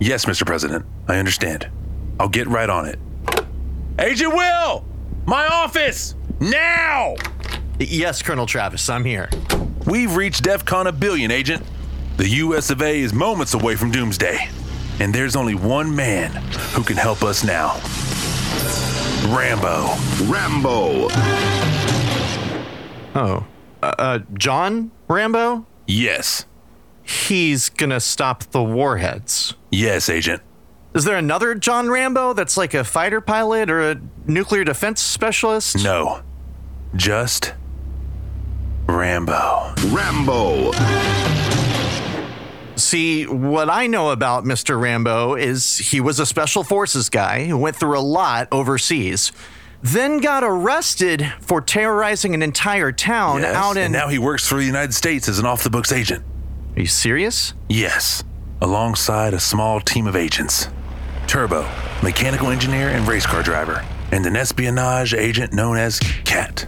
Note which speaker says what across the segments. Speaker 1: Yes, Mr. President, I understand. I'll get right on it. Agent Will! My office! Now!
Speaker 2: Yes, Colonel Travis, I'm here.
Speaker 1: We've reached DEFCON a billion, Agent. The US of A is moments away from doomsday. And there's only one man who can help us now Rambo.
Speaker 3: Rambo.
Speaker 2: Oh, uh, uh, John Rambo?
Speaker 1: Yes.
Speaker 2: He's gonna stop the warheads.
Speaker 1: Yes, Agent.
Speaker 2: Is there another John Rambo that's like a fighter pilot or a nuclear defense specialist?
Speaker 1: No. Just Rambo.
Speaker 3: Rambo.
Speaker 2: See, what I know about Mr. Rambo is he was a special forces guy who went through a lot overseas, then got arrested for terrorizing an entire town
Speaker 1: Yes,
Speaker 2: out in.
Speaker 1: and now he works for the United States as an off the books agent.
Speaker 2: Are you serious?
Speaker 1: Yes, alongside a small team of agents Turbo, mechanical engineer, and race car driver, and an espionage agent known as CAT,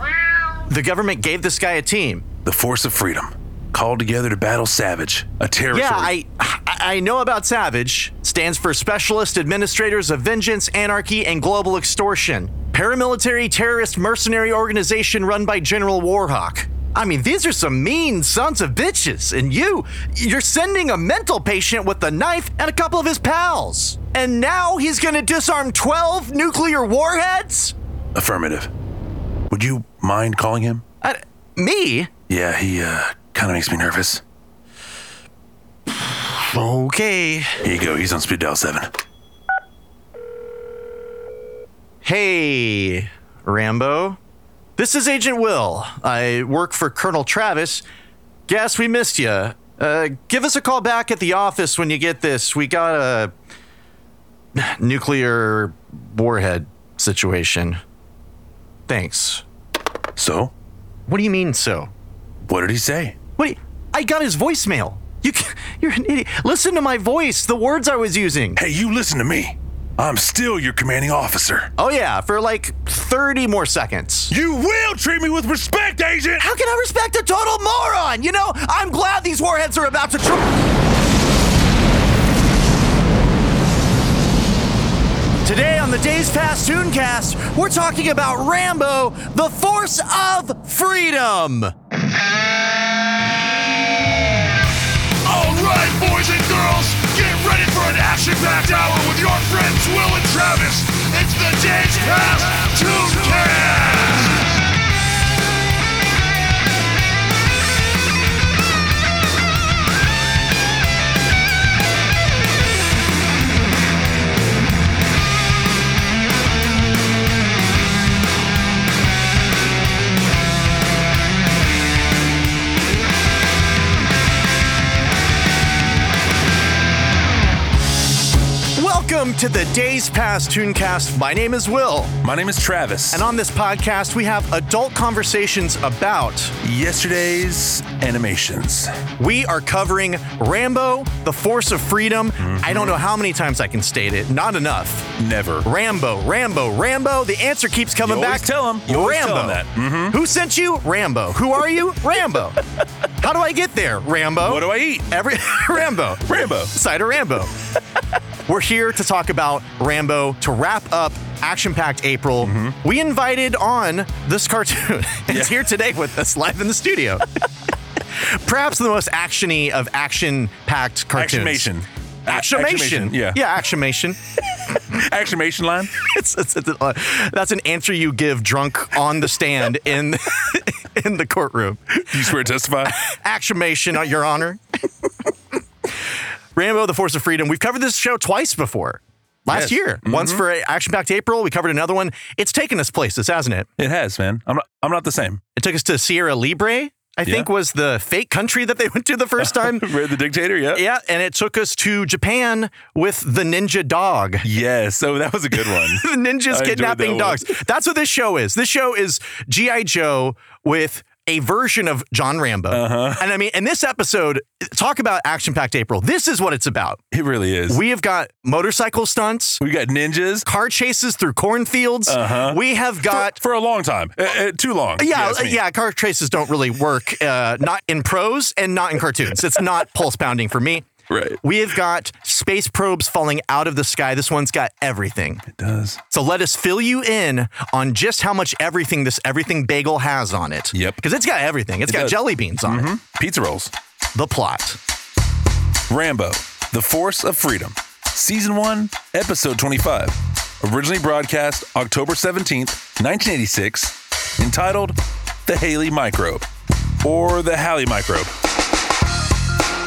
Speaker 2: The government gave this guy a team.
Speaker 1: the Force of Freedom, called together to battle Savage, a terrorist.
Speaker 2: Yeah, I I I know about Savage. Stands for Specialist Administrators of Vengeance, Anarchy, and Global Extortion. Paramilitary terrorist mercenary organization run by General Warhawk. I mean, these are some mean sons of bitches, and you, you're sending a mental patient with a knife and a couple of his pals. And now he's gonna disarm 12 nuclear warheads?
Speaker 1: Affirmative. Would you mind calling him?
Speaker 2: I, Uh, me?
Speaker 1: Yeah, he uh, kind of makes me nervous.
Speaker 2: Okay.
Speaker 1: Here you go, he's on speed dial 7.
Speaker 2: Hey, Rambo. This is Agent Will. I work for Colonel Travis. Guess we missed you. Uh, give us a call back at the office when you get this. We got a nuclear warhead situation. Thanks.
Speaker 1: So,
Speaker 2: What do you mean so?
Speaker 1: what did he say?
Speaker 2: Wait, I got his voicemail. You, ca- you're an idiot. Listen to my voice, the words I was using.
Speaker 1: Hey, you listen to me. I'm still your commanding officer.
Speaker 2: Oh yeah, for like 30 more seconds.
Speaker 1: You will treat me with respect, Agent!
Speaker 2: How can I respect a total moron? You know, I'm glad these warheads are about to. Tr- Today on the Days Past Tooncast, we're talking about Rambo, the Force of Freedom.
Speaker 4: Alright, boys and girls, get ready for an action-packed hour with your friends Will and Travis. It's the Days Past Tooncast!
Speaker 2: Welcome to the Days Past Tooncast. My name is Will,
Speaker 1: My name is Travis.
Speaker 2: and on this podcast, we have adult conversations about.
Speaker 1: yesterday's animations.
Speaker 2: We are covering Rambo, the Force of Freedom. I don't know how many times I can state it, not enough.
Speaker 1: Never.
Speaker 2: Rambo, Rambo, Rambo. The answer keeps coming
Speaker 1: You
Speaker 2: back.
Speaker 1: always tell 'em. You always
Speaker 2: Rambo.
Speaker 1: tell 'em that. Mm-hmm.
Speaker 2: Who sent you? Rambo. Who are you? Rambo. How do I get there? Rambo.
Speaker 1: What do I eat?
Speaker 2: Every Rambo.
Speaker 1: Rambo.
Speaker 2: Cider Rambo. We're here to talk about Rambo to wrap up action packed April. We invited on this cartoon. it's
Speaker 1: Mm-hmm. Yeah.
Speaker 2: here today with us live in the studio. Perhaps the most actiony of action packed cartoons.
Speaker 1: Actionmation.
Speaker 2: Actionmation.
Speaker 1: Yeah.
Speaker 2: Yeah, actionmation.
Speaker 1: Actionmation line.
Speaker 2: It's- it's- it's- uh, that's an answer you give drunk on the stand in in the courtroom.
Speaker 1: You swear to testify?
Speaker 2: Actionation, uh, Your Honor. Rambo: The Force of Freedom. We've covered this show twice before. Last
Speaker 1: Yes.
Speaker 2: year, once for Action Packed April, we covered another one. It's taken us places, hasn't it?
Speaker 1: it has, man. I'm not, I'm not the same.
Speaker 2: It took us to Sierra Libre, I think was the fake country that they went to the first time.
Speaker 1: Read the dictator, yeah?
Speaker 2: yeah, and it took us to Japan with the ninja dog.
Speaker 1: Yes. So that was a good one.
Speaker 2: the ninjas
Speaker 1: I enjoyed that
Speaker 2: kidnapping
Speaker 1: one.
Speaker 2: dogs. That's what this show is. This show is G.I. Joe with a version of John Rambo.
Speaker 1: Uh-huh.
Speaker 2: And I mean, in this episode, talk about action packed April. This is what it's about.
Speaker 1: It really is.
Speaker 2: We have got motorcycle stunts,
Speaker 1: We got ninjas
Speaker 2: car chases through cornfields.
Speaker 1: Uh-huh.
Speaker 2: We have got.
Speaker 1: for a long time. Uh, uh, too long. if you
Speaker 2: yeah,
Speaker 1: ask me.
Speaker 2: yeah, car chases don't really work, uh, not in prose and not in cartoons. It's not pulse pounding for me.
Speaker 1: Right.
Speaker 2: We have got space probes falling out of the sky. This one's got everything.
Speaker 5: It does.
Speaker 2: So let us fill you in on just how much everything this everything bagel has on it.
Speaker 1: Yep.
Speaker 2: Because it's got everything. it's got
Speaker 1: does. Mm-hmm.
Speaker 2: jelly beans on it.
Speaker 1: Pizza rolls.
Speaker 2: The plot.
Speaker 1: Rambo, The Force of Freedom, Season 1, Episode 25. Originally broadcast October 17th, 1986, entitled The Haley Microbe or The Halley Microbe.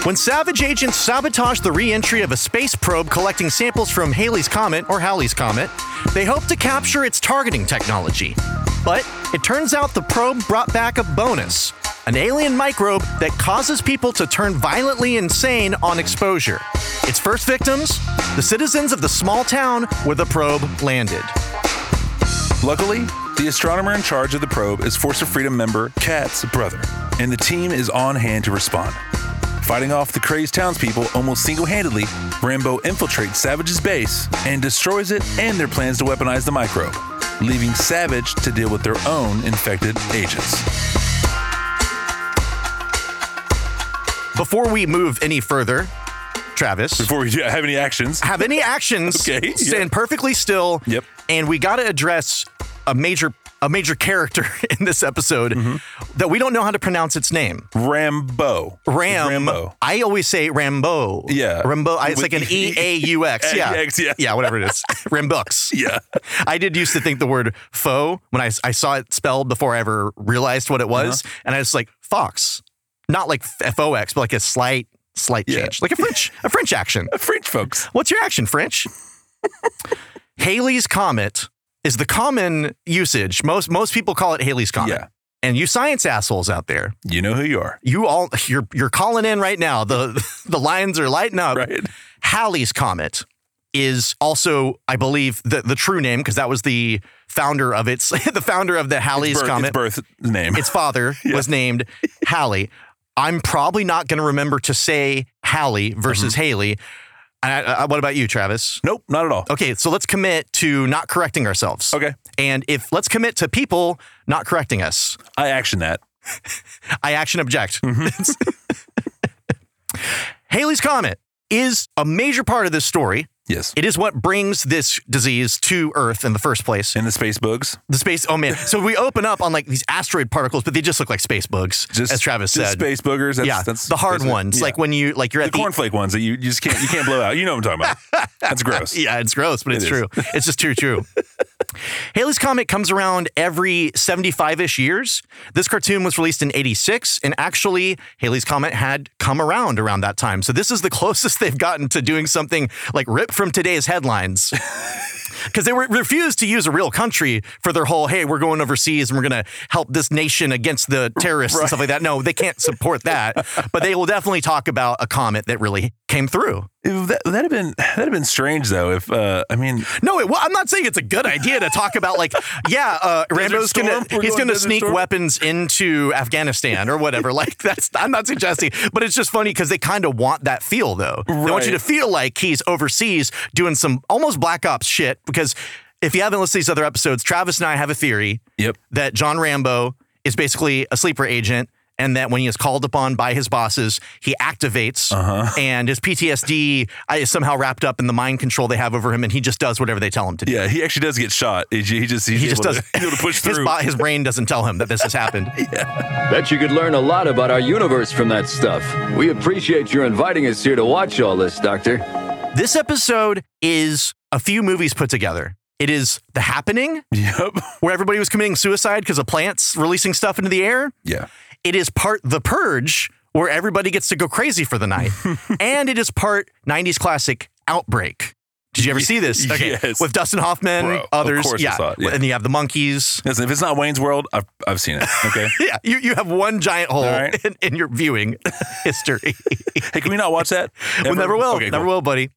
Speaker 2: When savage agents sabotage the re entry of a space probe collecting samples from Halley's Comet or Halley's Comet, they hope to capture its targeting technology. But it turns out the probe brought back a bonus an alien microbe that causes people to turn violently insane on exposure. Its first victims? The citizens of the small town where the probe landed.
Speaker 1: Luckily, the astronomer in charge of the probe is Force of Freedom member Kat's brother, and the team is on hand to respond. Fighting off the crazed townspeople almost single handedly, Rambo infiltrates Savage's base and destroys it and their plans to weaponize the microbe, leaving Savage to deal with their own infected agents.
Speaker 2: Before we move any further, Travis.
Speaker 1: Before we do have any actions,
Speaker 2: have any actions
Speaker 1: Okay, yeah.
Speaker 2: stand perfectly still
Speaker 1: Yep.
Speaker 2: and we got to address a major a major character in this episode
Speaker 1: Mm-hmm.
Speaker 2: that we don't know how to pronounce its name
Speaker 1: Rambo.
Speaker 2: ram
Speaker 1: Rambo.
Speaker 2: i always say rambo
Speaker 1: Yeah.
Speaker 2: rambo I, it's
Speaker 1: With
Speaker 2: like an
Speaker 1: E-
Speaker 2: e-a-u-x yeah
Speaker 1: E-A-U-X, yeah.
Speaker 2: yeah whatever it is rambux
Speaker 1: Yeah.
Speaker 2: I did used to think the word foe when I, I saw it spelled before I ever realized what it
Speaker 1: Uh-huh.
Speaker 2: was. And I was like, fox. Not like F O X, but like a slight, slight
Speaker 1: Yeah.
Speaker 2: change. Like a French, a French action.
Speaker 1: French folks.
Speaker 2: What's your action, French? Haley's Comet is the common usage. Most most people call it Haley's Comet.
Speaker 1: Yeah.
Speaker 2: And you science assholes out there,
Speaker 1: You know who you are.
Speaker 2: you all you're you're calling in right now. The the lines are lighting up.
Speaker 1: Right.
Speaker 2: Halley's Comet is also, I believe, the, the true name, because that was the founder of its the founder of the Halley's
Speaker 1: Birth, it's
Speaker 2: Comet.
Speaker 1: birth name.
Speaker 2: Its father was named Halley. I'm probably not going to remember to say Halley versus
Speaker 1: Mm-hmm.
Speaker 2: Haley. I, I, what about you, Travis?
Speaker 1: nope, not at all.
Speaker 2: Okay, so let's commit to not correcting ourselves.
Speaker 1: Okay.
Speaker 2: And if let's commit to people not correcting us,
Speaker 1: I action that.
Speaker 2: I action object.
Speaker 1: Mm-hmm.
Speaker 2: Haley's Comet is a major part of this story.
Speaker 1: Yes.
Speaker 2: It is what brings this disease to Earth in the first place.
Speaker 1: In the space bugs.
Speaker 2: The space, oh man. So we open up on like these asteroid particles, but they just look like space bugs,
Speaker 1: Just
Speaker 2: as Travis
Speaker 1: just
Speaker 2: said.
Speaker 1: space boogers. That's,
Speaker 2: yeah,
Speaker 1: that's
Speaker 2: the hard
Speaker 1: basically-
Speaker 2: ones,
Speaker 1: yeah.
Speaker 2: like when you like you're
Speaker 1: the
Speaker 2: at the,
Speaker 1: cornflake ones that you, you just can't you can't blow out. You know what I'm talking about. That's gross.
Speaker 2: Yeah, it's gross, but it's
Speaker 1: is.
Speaker 2: true. It's just too true. Haley's Comet comes around every 75 ish years. This cartoon was released in 86, and actually, Haley's Comet had come around around that time. So, this is the closest they've gotten to doing something like ripped from today's headlines. Because they were, refused to use a real country for their whole, hey, we're going overseas and we're going to help this nation against the terrorists and stuff like that. No, they can't support that. but they will definitely talk about a comet that really came through.
Speaker 1: It- That would have been that'd have been strange though if uh I mean
Speaker 2: No, it, well, I'm not saying it's a good idea to talk about like, yeah, uh, Rambo's
Speaker 1: Storm?
Speaker 2: gonna
Speaker 1: We're
Speaker 2: he's
Speaker 1: going
Speaker 2: gonna
Speaker 1: Desert
Speaker 2: sneak
Speaker 1: Storm?
Speaker 2: weapons into Afghanistan or whatever. like that's I'm not suggesting, but it's just funny because they kind of want that feel though. They want you to
Speaker 1: Right.
Speaker 2: feel like he's overseas doing some almost Black Ops shit. Because if you haven't listened to these other episodes, Travis and I have a theory
Speaker 1: Yep.
Speaker 2: that John Rambo is basically a sleeper agent. And that when he is called upon by his bosses, he activates, and his PTSD uh, is somehow wrapped up in the mind control they have over him, and he just does whatever they tell him to do.
Speaker 1: Yeah, he actually does get shot. He, he just he's
Speaker 2: He just
Speaker 1: able
Speaker 2: doesn't.
Speaker 1: to, he's able to push
Speaker 2: His,
Speaker 1: through.
Speaker 2: bo- his brain doesn't tell him that this has happened.
Speaker 6: Bet you could learn a lot about our universe from that stuff. We appreciate your inviting us here to watch all this, Doctor.
Speaker 2: This episode is a few movies put together. It is The Happening,
Speaker 1: Yep.
Speaker 2: where everybody was committing suicide because of plants releasing stuff into the air.
Speaker 1: Yeah.
Speaker 2: It is part The Purge, where everybody gets to go crazy for the night. and it is part 90s classic Outbreak. Did you ever see this?
Speaker 1: Yes.
Speaker 2: With Dustin Hoffman,
Speaker 1: Bro, of
Speaker 2: others.
Speaker 1: course I
Speaker 2: yeah.
Speaker 1: saw it, yeah.
Speaker 2: And you have the monkeys.
Speaker 1: Listen, if it's not Wayne's World, I've I've seen it. Okay.
Speaker 2: Yeah, you, you have one giant hole
Speaker 1: All right.
Speaker 2: in, in your viewing history.
Speaker 1: hey, can we not watch that?
Speaker 2: We
Speaker 1: Ever?
Speaker 2: never will.
Speaker 1: Okay,
Speaker 2: never
Speaker 1: cool.
Speaker 2: will, buddy.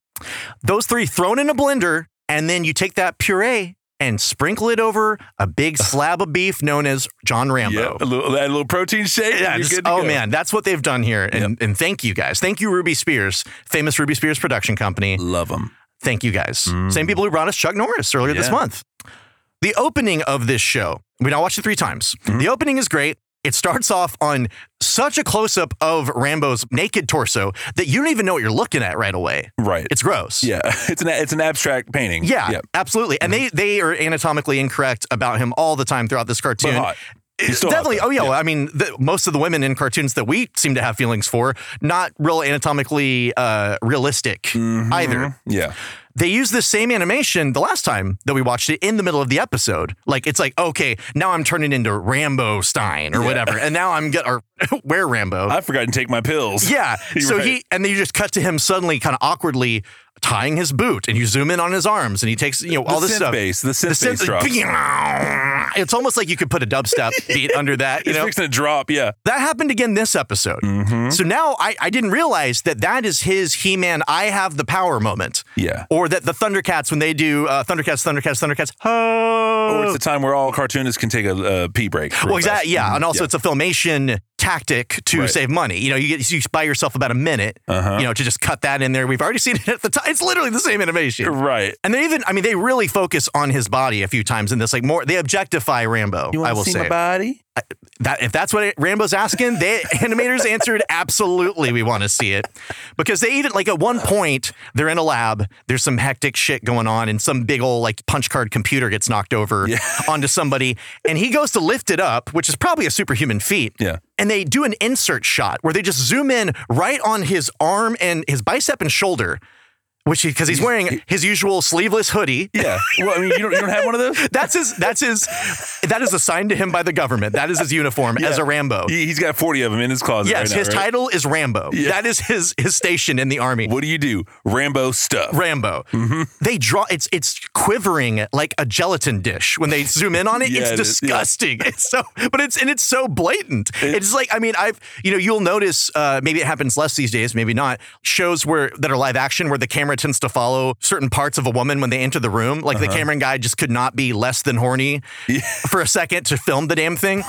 Speaker 2: Those three thrown in a blender, and then you take that puree and sprinkle it over a big slab of beef known as John Rambo.
Speaker 1: Yep. A little, add a little protein shake. and
Speaker 2: Yeah,
Speaker 1: you're
Speaker 2: just-
Speaker 1: good to
Speaker 2: oh
Speaker 1: go.
Speaker 2: man, that's what they've done here. And, and thank you guys. Thank you, Ruby Spears, famous Ruby Spears production company.
Speaker 1: love him.
Speaker 2: Thank you guys. Same people who brought us Chuck Norris earlier this
Speaker 1: mm. Yeah.
Speaker 2: month. The
Speaker 1: Mm-hmm.
Speaker 2: opening of this show, we now watched it three times. The opening is great. It starts off on such a close up of Rambo's naked torso that you don't even know what you're looking at right away.
Speaker 1: Right.
Speaker 2: It's gross.
Speaker 1: yeah, it's an it's an abstract painting.
Speaker 2: Yeah,
Speaker 1: yeah. Mm-hmm.
Speaker 2: absolutely. And they they are anatomically incorrect about him all the time throughout this cartoon.
Speaker 1: hot. He's still hot,
Speaker 2: Definitely.
Speaker 1: though.
Speaker 2: oh yeah. well, I mean, the, most of the women in cartoons that we seem to have feelings for, not real anatomically uh, realistic
Speaker 1: Mm-hmm.
Speaker 2: either.
Speaker 1: yeah.
Speaker 2: They use this same animation the last time that we watched it in the middle of the episode. Like it's like, okay, now I'm turning into Rambo Stein or whatever, and now I'm get or where Rambo.
Speaker 1: I've forgotten to take my pills.
Speaker 2: Yeah.
Speaker 1: You're
Speaker 2: so
Speaker 1: right.
Speaker 2: he and then you just cut to him suddenly kind of awkwardly tying his boot and you zoom in on his arms and he takes you know all this
Speaker 1: synth
Speaker 2: stuff.
Speaker 1: bass, the synth bass drops.
Speaker 2: It's almost like you could put a dubstep beat under that, you
Speaker 1: It's
Speaker 2: know.
Speaker 1: fixing to drop. Yeah.
Speaker 2: That happened again this episode.
Speaker 1: Mm-hmm.
Speaker 2: So now I, I didn't realize that that is his He Man, I have the power moment.
Speaker 1: Yeah.
Speaker 2: Or that the Thundercats, when they do uh, Thundercats, Thundercats, Thundercats,
Speaker 1: Or
Speaker 2: ho.
Speaker 1: Oh, it's a time where all cartoonists can take a, a pee break. real
Speaker 2: Oh. Well,
Speaker 1: fast.
Speaker 2: exactly. Yeah, and also
Speaker 1: Mm-hmm. Yeah.
Speaker 2: it's a filmation tactic to
Speaker 1: Right. Uh-huh.
Speaker 2: save money. You know, you get you buy yourself about a minute. You know, to just cut that in there. We've already seen it at the time. It's literally the same animation.
Speaker 1: Right.
Speaker 2: And they even, I mean, they really focus on his body a few times in this. Like more, they objectify Rambo. I will say
Speaker 1: body?
Speaker 2: that if that's what it- Rambo's asking, the animators answered absolutely. We want to see it because they even like at one point they're in a lab. There's some hectic shit going on, and some big old like punch card computer gets knocked over onto somebody, and he goes to lift it up, which is probably a superhuman feat.
Speaker 1: Yeah.
Speaker 2: And they do an insert shot where they just zoom in right on his arm and his bicep and shoulder, which because he's wearing his usual sleeveless hoodie.
Speaker 1: Yeah. Well, I mean, you don't, you don't have one of those?
Speaker 2: That's his. That's his. That is assigned to him by the government. That is his uniform as a Rambo.
Speaker 1: He, he's got 40 of them in his closet. right
Speaker 2: Yes,
Speaker 1: now,
Speaker 2: his
Speaker 1: right?
Speaker 2: title is Rambo. That is his his station in the army.
Speaker 1: What do you do? Rambo stuff.
Speaker 2: Rambo.
Speaker 1: Mm-hmm.
Speaker 2: They draw it's it's quivering like a gelatin dish when they zoom in on it.
Speaker 1: Yeah,
Speaker 2: it's
Speaker 1: it is. Yeah.
Speaker 2: disgusting. It's so but it's and it's so blatant. it's like I mean I've you know you'll notice uh, maybe it happens less these days, maybe not. Shows where that are live action where the camera tends to follow certain parts of a woman when they enter the room. Like
Speaker 1: Uh-huh.
Speaker 2: the camera guy just could not be less than horny for a second to film the damn thing.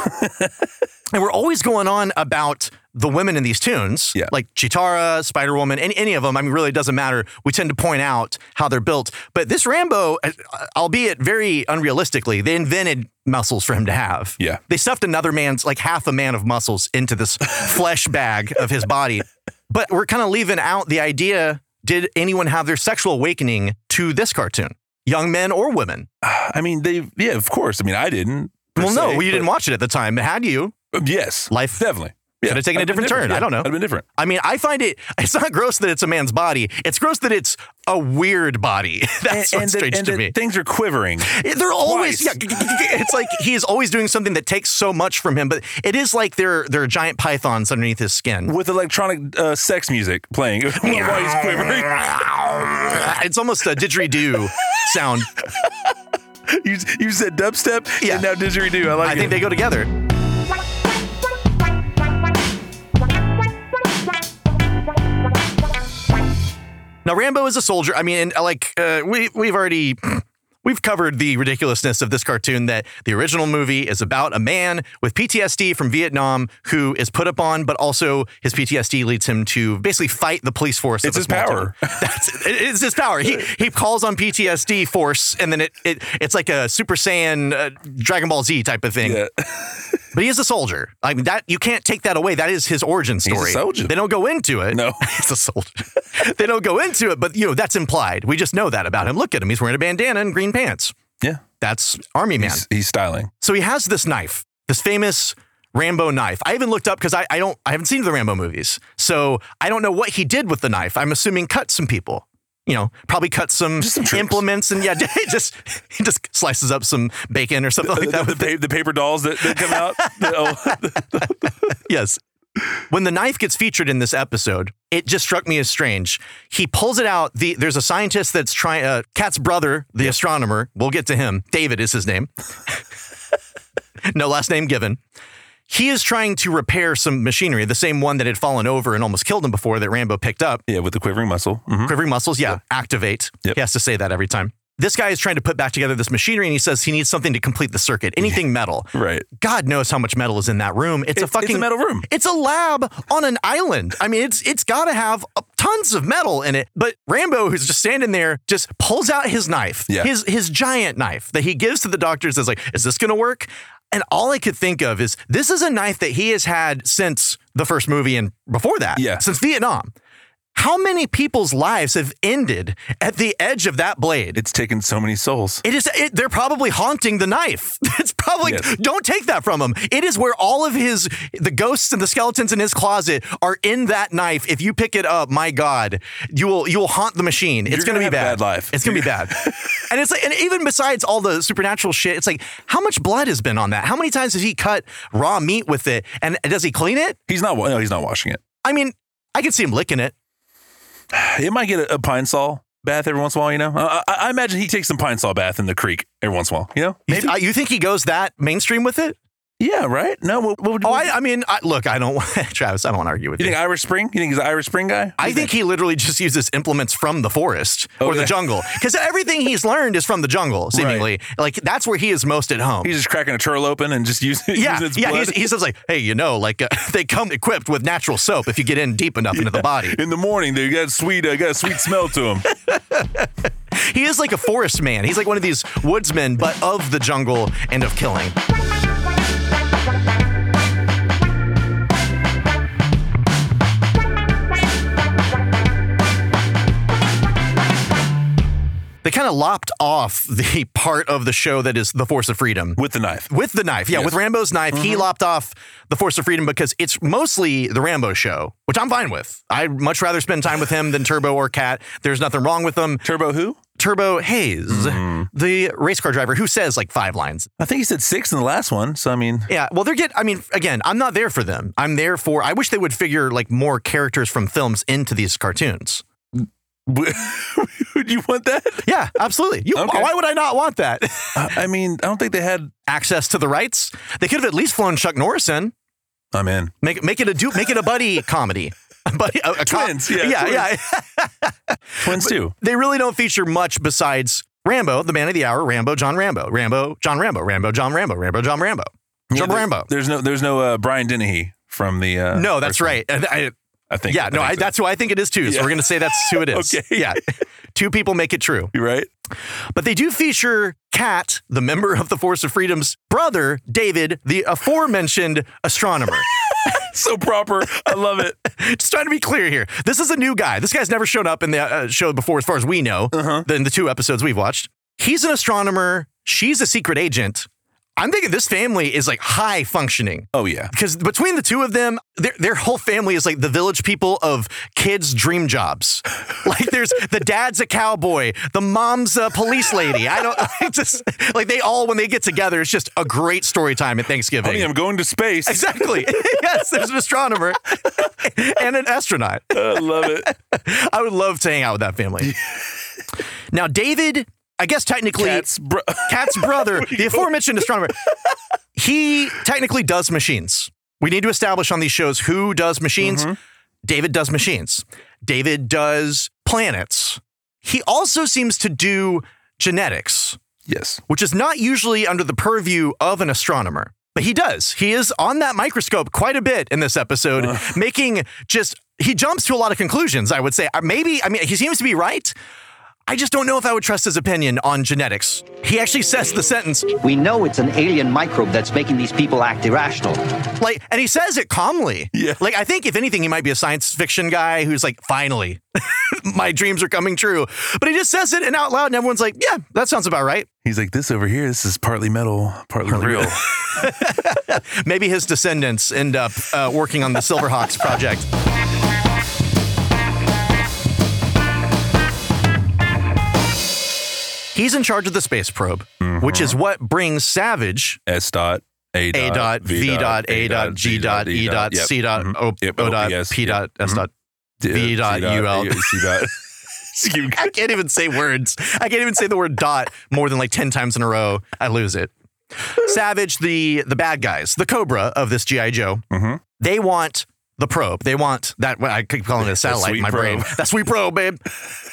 Speaker 2: And we're always going on about the women in these tunes,
Speaker 1: Yeah.
Speaker 2: like Chitara, Spider Woman, any, any of them. I mean, really, it doesn't matter. We tend to point out how they're built. But this Rambo, uh, albeit very unrealistically, they invented muscles for him to have.
Speaker 1: Yeah.
Speaker 2: They stuffed another man's, like half a man of muscles into this flesh bag of his body. But we're kind of leaving out the idea did anyone have their sexual awakening to this cartoon? Young men or women?
Speaker 1: I mean, they, yeah, of course. I mean, I didn't. per
Speaker 2: Well, no,
Speaker 1: se,
Speaker 2: well, you didn't watch it at the time. Had you?
Speaker 1: but- Yes.
Speaker 2: Life-
Speaker 1: Definitely.
Speaker 2: Could have taken a
Speaker 1: I'd been
Speaker 2: different turn.
Speaker 1: Yeah,
Speaker 2: I don't know.
Speaker 1: I'd have been different.
Speaker 2: I mean, I find it, it's not gross that it's a man's body. It's gross that it's a weird body. That's what's
Speaker 1: that-
Speaker 2: strange
Speaker 1: and
Speaker 2: to
Speaker 1: that
Speaker 2: me.
Speaker 1: Things are quivering.
Speaker 2: They're always, yeah,
Speaker 1: Twice.
Speaker 2: it's like he is always doing something that takes so much from him, but it is like there, there are giant pythons underneath his skin.
Speaker 1: With electronic uh, sex music playing while he's quivering,
Speaker 2: It's almost a didgeridoo sound.
Speaker 1: you, you said dubstep
Speaker 2: Yeah.
Speaker 1: and now didgeridoo. I like
Speaker 2: I
Speaker 1: it.
Speaker 2: think they go together. Now, Rambo is a soldier. I mean, and, uh, like uh, we we've already we've covered the ridiculousness of this cartoon. That the original movie is about a man with PTSD from Vietnam who is put upon, but also his PTSD leads him to basically fight the police force.
Speaker 1: It's
Speaker 2: of a
Speaker 1: his
Speaker 2: small
Speaker 1: power.
Speaker 2: town. That's it- it's his power. He he calls on PTSD force, and then it, it it's like a Super Saiyan uh, Dragon Ball Z type of thing.
Speaker 1: Yeah.
Speaker 2: But he is a soldier. I mean, that you can't take that away. That is his origin
Speaker 1: a
Speaker 2: story.
Speaker 1: soldier.
Speaker 2: They don't go into it.
Speaker 1: No.
Speaker 2: he's a soldier. they don't go into it, but you know that's implied. We just know that about him. Look at him. He's wearing a bandana and green pants.
Speaker 1: Yeah.
Speaker 2: That's army man.
Speaker 1: He's, he's styling.
Speaker 2: so he has this knife, this famous Rambo knife. I even looked up because I, I don't I haven't seen the Rambo movies, so I don't know what he did with the knife. I'm assuming cut some people. You know, probably cut some,
Speaker 1: Just some tricks.
Speaker 2: implements and yeah, just he just slices up some bacon or something like that.
Speaker 1: the,
Speaker 2: with it.
Speaker 1: the, pa- the paper dolls that, that come out. the- oh,
Speaker 2: yes. When the knife gets featured in this episode, it just struck me as strange. He pulls it out. The, there's a scientist that's trying. Uh, Cat's brother, the astronomer. We'll get to him. David is his name. no last name given. He is trying to repair some machinery, the same one that had fallen over and almost killed him before that Rambo picked up
Speaker 1: yeah, with the quivering muscle. Mhm.
Speaker 2: quivering muscles. Yeah, activate.
Speaker 1: Yep.
Speaker 2: He has to say that every time. This guy is trying to put back together this machinery, and he says he needs something to complete the circuit. Anything metal.
Speaker 1: Right.
Speaker 2: God knows how much metal is in that room. It's,
Speaker 1: It's-
Speaker 2: a
Speaker 1: it's a
Speaker 2: fucking
Speaker 1: metal room.
Speaker 2: It's a lab on an island. I mean, it's it's got to have uh, tons of metal in it. But Rambo, who's just standing there, just pulls out his knife,
Speaker 1: Yeah.
Speaker 2: his his giant knife that he gives to the doctor. and Says like, "Is this gonna work?" And all I could think of is this is a knife that he has had since the first movie and before that,
Speaker 1: Yeah.
Speaker 2: since Vietnam. How many people's lives have ended at the edge of that blade?
Speaker 1: It's taken so many souls.
Speaker 2: It is. It, they're probably haunting the knife. It's probably.
Speaker 1: Yes.
Speaker 2: Don't take that from him. It is where all of his the ghosts and the skeletons in his closet are in that knife. If you pick it up, my God, you will you will haunt the machine. It's
Speaker 1: You're
Speaker 2: gonna,
Speaker 1: gonna
Speaker 2: be
Speaker 1: have
Speaker 2: bad.
Speaker 1: a bad life.
Speaker 2: It's gonna be bad. and it's like, and even besides all the supernatural shit, it's like how much blood has been on that? How many times has he cut raw meat with it? And does he clean it?
Speaker 1: He's not. wa- No, he's not washing it.
Speaker 2: I mean, I can see him licking it.
Speaker 1: It might get a, a pine saw bath every once in a while. You know, I, I, I imagine he takes some pine saw bath in the creek every once in a while. You know,
Speaker 2: You th- uh, you think he goes that mainstream with it?
Speaker 1: yeah, right. No, what, what would you?
Speaker 2: Oh, I, I mean, I, look, I don't, Travis, I don't want to argue with
Speaker 1: you
Speaker 2: you.
Speaker 1: think Irish Spring? You think he's an Irish Spring guy?
Speaker 2: I think he literally just uses implements from the forest or the
Speaker 1: Okay.
Speaker 2: jungle because everything he's learned is from the jungle, seemingly. Like that's where he is most at home.
Speaker 1: He's just cracking a turtle open and just using
Speaker 2: yeah,
Speaker 1: using its
Speaker 2: yeah.
Speaker 1: blood.
Speaker 2: He's, he says like, "Hey, you know, like uh, they come equipped with natural soap if you get in deep enough into the body."
Speaker 1: in the morning, they got sweet, uh, got a sweet smell to him.
Speaker 2: He is like a forest man. He's like one of these woodsmen, but of the jungle and of killing. They kind of lopped off the part of the show that is the Force of Freedom
Speaker 1: with the knife.
Speaker 2: with the knife. Yeah,
Speaker 1: Yes.
Speaker 2: with Rambo's knife, he lopped off the Force of Freedom because it's mostly the Rambo show, which I'm fine with. I'd much rather spend time with him than Turbo or Cat. There's nothing wrong with them.
Speaker 1: Turbo who?
Speaker 2: Turbo Hayes,
Speaker 1: Mm-hmm.
Speaker 2: the race car driver who says like five lines.
Speaker 1: I think he said six in the last one. So I mean,
Speaker 2: Yeah, well, they're get. I mean, again, I'm not there for them. I'm there for. I wish they would figure like more characters from films into these cartoons.
Speaker 1: would you want that?
Speaker 2: Yeah, absolutely. You,
Speaker 1: Okay.
Speaker 2: Why would I not want that?
Speaker 1: I I mean, I don't think they had.
Speaker 2: Access to the rights. They could have at least flown Chuck Norris in.
Speaker 1: I'm in.
Speaker 2: Make make it a do. Make it a buddy comedy. A buddy, a, a co-
Speaker 1: Twins, yeah,
Speaker 2: yeah,
Speaker 1: twins.
Speaker 2: yeah.
Speaker 1: Twins too.
Speaker 2: they really don't feature much besides Rambo, the man of the hour, Rambo, John Rambo, Rambo, John Rambo, Rambo, John Rambo, Rambo, John Rambo,
Speaker 1: Yeah,
Speaker 2: John
Speaker 1: there-
Speaker 2: Rambo.
Speaker 1: There's no. There's no uh, Brian Dennehy from the. Uh,
Speaker 2: No, that's
Speaker 1: first one,
Speaker 2: right. And I-
Speaker 1: I think.
Speaker 2: yeah, no, I,
Speaker 1: think so.
Speaker 2: that's who I think it is too. So
Speaker 1: Yeah.
Speaker 2: we're gonna say that's who it is.
Speaker 1: Okay.
Speaker 2: Yeah, two people make it true,
Speaker 1: You right?
Speaker 2: but they do feature Cat, the member of the Force of Freedom's brother, David, the aforementioned astronomer.
Speaker 1: So proper. I love it.
Speaker 2: Just trying to be clear here. This is a new guy. This guy's never shown up in the uh, show before, as far as we know,
Speaker 1: Uh-huh.
Speaker 2: than the two episodes we've watched. He's an astronomer. She's a secret agent. I'm thinking this family is like high functioning
Speaker 1: Oh yeah.
Speaker 2: because between the two of them, their, their whole family is like the village people of kids' dream jobs. Like there's the dad's a cowboy, the mom's a police lady. I don't it's just like they all when they get together, it's just a great story time at Thanksgiving.
Speaker 1: Honey, I'm going to space.
Speaker 2: Exactly. yes, there's an astronomer and an astronaut.
Speaker 1: I love it.
Speaker 2: I would love to hang out with that family. now, David, I guess technically,
Speaker 1: Cat's bro.
Speaker 2: Cat's brother, the aforementioned astronomer, he technically does machines. We need to establish on these shows who does machines. David does machines. David does planets. He also seems to do genetics
Speaker 1: yes.
Speaker 2: which is not usually under the purview of an astronomer. But he does. He is on that microscope quite a bit in this episode, making just, he jumps to a lot of conclusions, I would say. Uh, Maybe, I mean, he seems to be right. I just don't know if I would trust his opinion on genetics. He actually says the sentence,
Speaker 7: We know it's an alien microbe that's making these people act irrational.
Speaker 2: like, and he says it calmly.
Speaker 1: Yeah.
Speaker 2: Like, I think if anything, he might be a science fiction guy who's like, finally, my dreams are coming true. But he just says it and out loud, and everyone's like, yeah, that sounds about right.
Speaker 1: He's like this over here. This is partly metal, partly real.
Speaker 2: Maybe his descendants end up uh, working on the Silverhawks project. He's in charge of the space probe, which is what brings Savage
Speaker 1: S dot A
Speaker 2: A dot V dot A dot G dot E dot
Speaker 1: Yep.
Speaker 2: C dot
Speaker 1: Mhm.
Speaker 2: O
Speaker 1: Yep,
Speaker 2: O dot
Speaker 1: OPS,
Speaker 2: P
Speaker 1: yep.
Speaker 2: dot S
Speaker 1: Mhm.
Speaker 2: dot.
Speaker 1: Yeah,
Speaker 2: V
Speaker 1: C
Speaker 2: dot UL.
Speaker 1: A- C dot. You-
Speaker 2: I can't even say words. I can't even say the word dot more than like ten times in a row. I lose it. Savage, the the bad guys, the Cobra of this GI Joe.
Speaker 1: Mhm.
Speaker 2: They want the probe. They want that. What I keep calling it a satellite in
Speaker 1: sweet
Speaker 2: my brain.
Speaker 1: probe.
Speaker 2: That sweet probe, babe.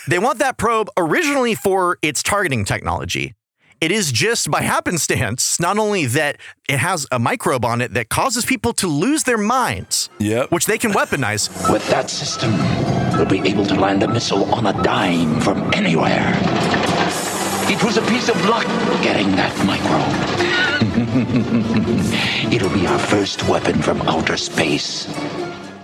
Speaker 2: They want that probe originally for its targeting technology. It is just by happenstance, not only that it has a microbe on it that causes people to lose their minds,
Speaker 1: Yep.
Speaker 2: which they can weaponize.
Speaker 8: With that system, we'll be able to land a missile on a dime from anywhere. It was a piece of luck getting that microbe. It'll be our first weapon from outer space.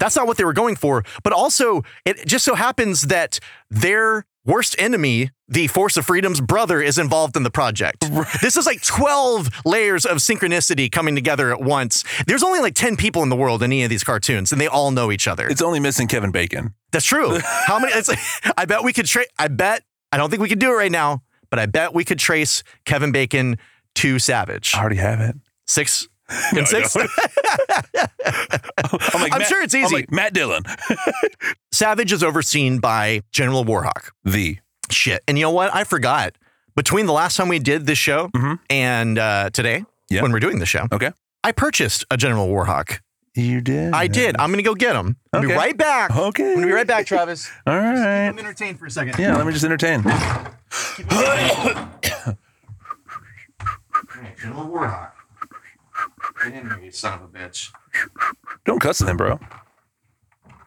Speaker 2: That's not what they were going for. But also, it just so happens that their worst enemy, the Force of Freedom's brother, is involved in the project. This is like 12 layers of synchronicity coming together at once. There's only like 10 people in the world in any of these cartoons, and they all know each other.
Speaker 1: It's only missing Kevin Bacon.
Speaker 2: That's true. How many? It's, I bet we could trace. I bet. I don't think we could do it right now, but I bet we could trace Kevin Bacon to Savage.
Speaker 1: I already have it.
Speaker 2: Six and six.
Speaker 1: I'm, like,
Speaker 2: I'm
Speaker 1: Matt-
Speaker 2: sure it's
Speaker 1: I'm
Speaker 2: easy.
Speaker 1: like, Matt Dillon.
Speaker 2: Savage is overseen by General Warhawk.
Speaker 1: The.
Speaker 2: Shit. And you know what? I forgot. Between the last time we did this show
Speaker 1: Mhm.
Speaker 2: and uh, today,
Speaker 1: Yeah.
Speaker 2: when we're doing the show,
Speaker 1: Okay.
Speaker 2: I purchased a General Warhawk.
Speaker 1: You did.
Speaker 2: I did. I'm going to go get him. I'll be
Speaker 1: Okay.
Speaker 2: right back.
Speaker 1: Okay.
Speaker 2: I'm going to be right back, Travis.
Speaker 1: All right.
Speaker 2: I'm entertained for a second.
Speaker 1: Yeah, let me just entertain.
Speaker 2: General Warhawk. Get in here, you son of a bitch.
Speaker 1: Don't cuss at them, bro.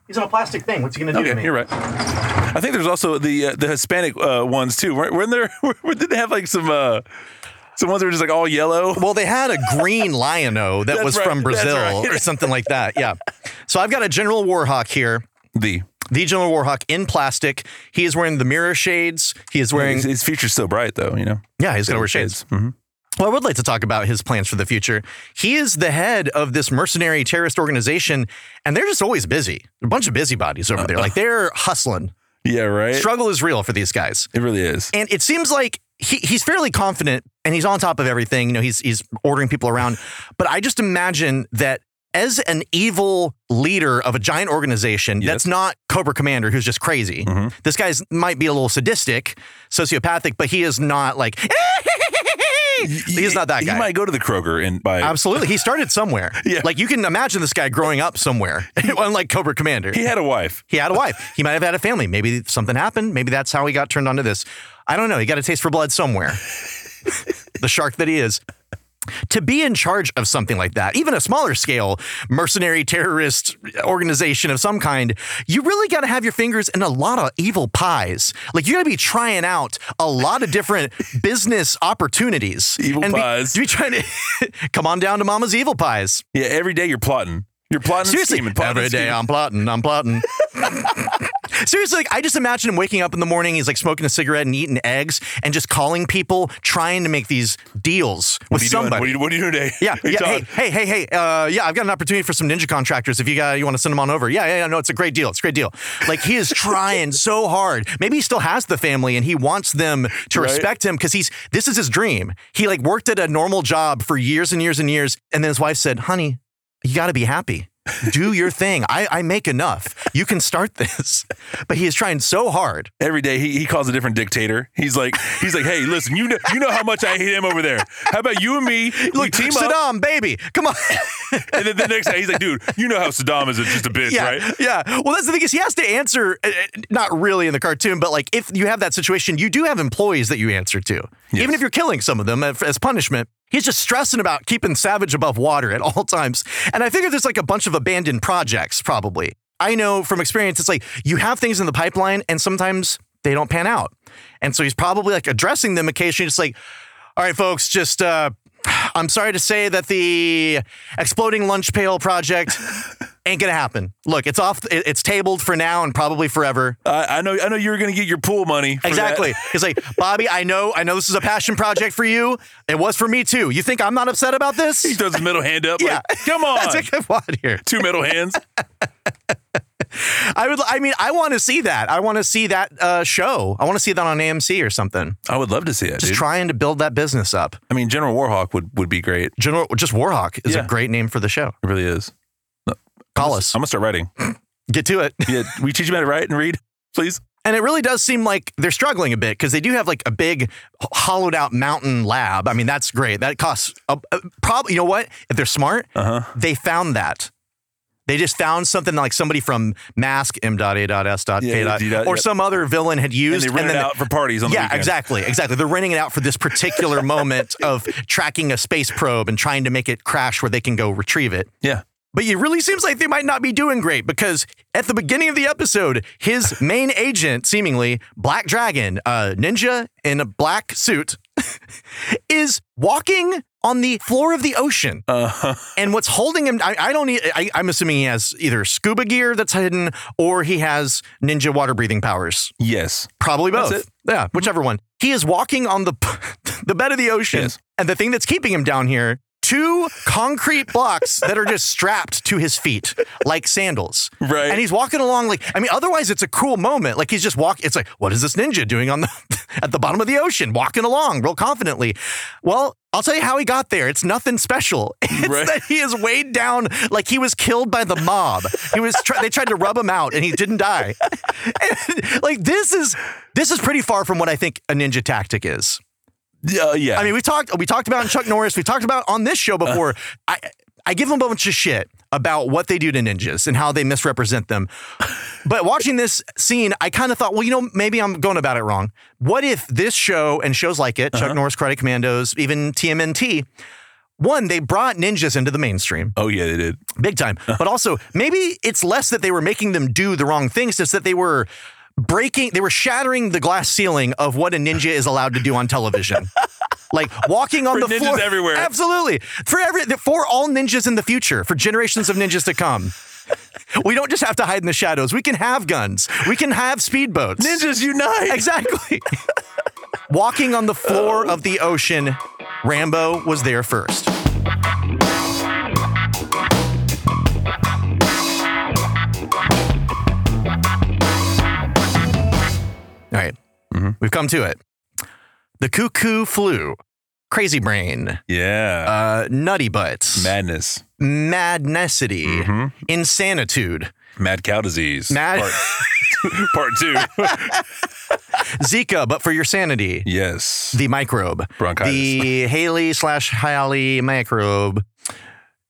Speaker 2: He's on a plastic thing. What's he going to do to
Speaker 1: Okay,
Speaker 2: me?
Speaker 1: you're right. I think there's also the uh, the Hispanic uh, ones too. Weren't, weren't there? Did they have like some uh, some ones that were just like all yellow?
Speaker 2: Well, they had a green lion-o that
Speaker 1: That's
Speaker 2: was
Speaker 1: right.
Speaker 2: from
Speaker 1: That's
Speaker 2: Brazil
Speaker 1: right.
Speaker 2: or something like that. Yeah. So I've got a General Warhawk here.
Speaker 1: The
Speaker 2: The General Warhawk in plastic. He is wearing the mirror shades. He is wearing
Speaker 1: his, his future's so bright though, you know.
Speaker 2: Yeah, he's going to wear shades.
Speaker 1: hmm
Speaker 2: Well, I would like to talk about his plans for the future. He is the head of this mercenary terrorist organization, and they're just always busy. They're a bunch of busybodies over
Speaker 1: Uh,
Speaker 2: there. Like they're hustling.
Speaker 1: Yeah, right.
Speaker 2: Struggle is real for these guys.
Speaker 1: it really is.
Speaker 2: And it seems like he, he's fairly confident and he's on top of everything. You know, he's he's ordering people around. But I just imagine that as an evil leader of a giant organization,
Speaker 1: Yes. Mm-hmm.
Speaker 2: that's not Cobra Commander who's just crazy. This guy's might be a little sadistic, sociopathic, but he is not like he's not that guy.
Speaker 1: He might go to the Kroger and buy.
Speaker 2: Absolutely. He started somewhere.
Speaker 1: Yeah.
Speaker 2: Like you can imagine this guy growing up somewhere, unlike Cobra Commander.
Speaker 1: he had a wife.
Speaker 2: He had a wife. He might have had a family. Maybe something happened. Maybe that's how he got turned onto this. I don't know. He got a taste for blood somewhere. the shark that he is. To be in charge of something like that, even a smaller scale mercenary terrorist organization of some kind, you really got to have your fingers in a lot of evil pies. Like you got to be trying out a lot of different business opportunities.
Speaker 1: Evil
Speaker 2: be-
Speaker 1: pies.
Speaker 2: Be, trying to come on down to Mama's Evil Pies.
Speaker 1: Yeah, every day you're plotting. You're plotting.
Speaker 2: Seriously,
Speaker 1: and scheming, plotting
Speaker 2: every
Speaker 1: and
Speaker 2: day
Speaker 1: scheming.
Speaker 2: I'm plotting, I'm plotting. Seriously, like, I just imagine him waking up in the morning. He's like smoking a cigarette and eating eggs, and just calling people, trying to make these deals with
Speaker 1: What are you doing?
Speaker 2: somebody.
Speaker 1: What are you, what are you doing today?
Speaker 2: yeah,
Speaker 1: Hey,
Speaker 2: yeah.
Speaker 1: Todd,
Speaker 2: Hey, hey, hey, hey. Uh, yeah, I've got an opportunity for some ninja contractors. If you got, you want to send them on over. Yeah, yeah, yeah. No, it's a great deal. It's a great deal. Like he is trying so hard. Maybe he still has the family, and he wants them to
Speaker 1: Right.
Speaker 2: respect him because he's. This is his dream. He like worked at a normal job for years and years and years, and then his wife said, "Honey, you got to be happy." Do your thing. I, I make enough. You can start this. But he is trying so hard.
Speaker 1: every day he, he calls a different dictator. He's like he's like, hey, listen, you know you know how much I hate him over there. How about you and me? Look, team up.
Speaker 2: Saddam, baby, come on.
Speaker 1: And then the next day he's like, dude, you know how Saddam is just a bitch,
Speaker 2: yeah,
Speaker 1: right?
Speaker 2: yeah. Well, that's the thing is he has to answer. uh, uh, Not really in the cartoon, but like if you have that situation, you do have employees that you answer to, even if you're killing some of them as as punishment. He's just stressing about keeping Savage above water at all times. And I figure there's like a bunch of abandoned projects, probably. I know from experience, it's like you have things in the pipeline and sometimes they don't pan out. And so he's probably like addressing them occasionally, just like, all right, folks, just uh, I'm sorry to say that the exploding lunch pail project ain't gonna happen. Look, it's off. it- It's tabled for now and probably forever.
Speaker 1: I, I know I know you were gonna get your pool money. for
Speaker 2: Exactly.
Speaker 1: that.
Speaker 2: He's like, Bobby, I know, I know this is a passion project for you. It was for me too. You think I'm not upset about this?
Speaker 1: He throws his middle hand up.
Speaker 2: Yeah.
Speaker 1: Like, come on.
Speaker 2: That's a good one here.
Speaker 1: Two middle hands.
Speaker 2: I would. I mean, I want to see that. I want to see that uh, show. I want to see that on AMC or something.
Speaker 1: I would love to see it.
Speaker 2: Just
Speaker 1: dude.
Speaker 2: trying to build that business up.
Speaker 1: I mean, General Warhawk would, would be great.
Speaker 2: General, just Warhawk is
Speaker 1: Yeah.
Speaker 2: a great name for the show.
Speaker 1: It really is.
Speaker 2: Call us.
Speaker 1: I'm gonna start writing.
Speaker 2: Get to it.
Speaker 1: Yeah, we teach him how to write and read, please.
Speaker 2: And it really does seem like they're struggling a bit because they do have like a big h- hollowed out mountain lab. I mean, that's great. That costs a, probably, you know what? If they're smart,
Speaker 1: Uh-huh.
Speaker 2: they found that. They just found something like somebody from Mask, M.A.S.
Speaker 1: Yeah,
Speaker 2: K.
Speaker 1: do that,
Speaker 2: or
Speaker 1: yep.
Speaker 2: some other villain had
Speaker 1: And
Speaker 2: used.
Speaker 1: they rent it
Speaker 2: then-
Speaker 1: out for parties on the
Speaker 2: yeah,
Speaker 1: weekend.
Speaker 2: exactly, exactly. They're renting it out for this particular moment of tracking a space probe and trying to make it crash where they can go retrieve it.
Speaker 1: Yeah.
Speaker 2: But it really seems like they might not be doing great because at the beginning of the episode, his main agent, seemingly Black Dragon, a ninja in a black suit, is walking on the floor of the ocean. And what's holding him, I, I don't, e- I, I'm assuming he has either scuba gear that's hidden or he has ninja water breathing powers.
Speaker 1: Yes.
Speaker 2: Probably both.
Speaker 1: That's it. Mm-hmm.
Speaker 2: Yeah, whichever one. He is walking on the the bed of the ocean,
Speaker 1: Yes.
Speaker 2: and the thing that's keeping him down here two concrete blocks that are just strapped to his feet like sandals.
Speaker 1: Right.
Speaker 2: And he's walking along like I mean otherwise it's a cool moment. Like he's just walk it's like what is this ninja doing on the at the bottom of the ocean walking along real confidently. Well, I'll tell you how he got there. It's nothing special. It's
Speaker 1: Right.
Speaker 2: that he is weighed down like he was killed by the mob. He was try- they tried to rub him out and he didn't die. And, like this is this is pretty far from what I think a ninja tactic is.
Speaker 1: Uh, yeah.
Speaker 2: I mean, we talked we talked about in Chuck Norris. We talked about on this show before. I I give them a bunch of shit about what they do to ninjas and how they misrepresent them. But watching this scene, I kind of thought, well, you know, maybe I'm going about it wrong. What if this show and shows like it, Chuck Norris, Karate Commandos, even TMNT, one, they brought ninjas into the mainstream
Speaker 1: oh, yeah, they did.
Speaker 2: big time.
Speaker 1: Uh.
Speaker 2: But also, maybe it's less that they were making them do the wrong things, it's that they were breaking, they were shattering the glass ceiling of what a ninja is allowed to do on television. Like walking on
Speaker 1: For
Speaker 2: the
Speaker 1: ninjas
Speaker 2: floor
Speaker 1: everywhere.
Speaker 2: Absolutely. For every for all ninjas in the future, for generations of ninjas to come. We don't just have to hide in the shadows. We can have guns. We can have speedboats.
Speaker 1: Ninjas unite.
Speaker 2: Exactly. Walking on the floor of the ocean, Rambo was there first. All right. We've come to it. The cuckoo flew, crazy brain,
Speaker 1: Yeah.
Speaker 2: uh, nutty butts,
Speaker 1: Madness.
Speaker 2: madnessity, insanitude,
Speaker 1: Mad cow disease.
Speaker 2: Mad-
Speaker 1: Part, part two.
Speaker 2: Zika, but for your sanity.
Speaker 1: yes.
Speaker 2: the microbe,
Speaker 1: Bronchitis.
Speaker 2: the Haley slash Haley microbe.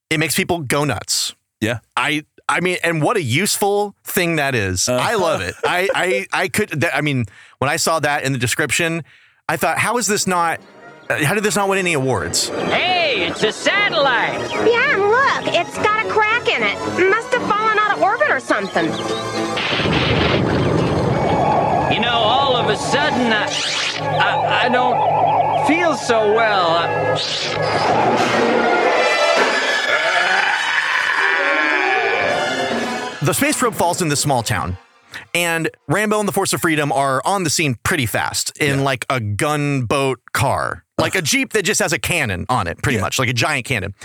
Speaker 2: It makes people go nuts.
Speaker 1: yeah.
Speaker 2: I I mean, and what a useful thing that is. I love it. I I I could. That, I mean, when I saw that in the description, I thought, how is this not? uh, How did this not win any awards?
Speaker 9: Hey, it's a satellite.
Speaker 10: Yeah, and look, it's got a crack in it. Must have fallen out of orbit or something.
Speaker 9: You know, all of a sudden, I, I, I don't feel so well. I-
Speaker 2: The space probe falls in this small town. And Rambo and the Force of Freedom are on the scene pretty fast in like a gunboat car, like a Jeep that just has a cannon on it, pretty much, like a giant cannon.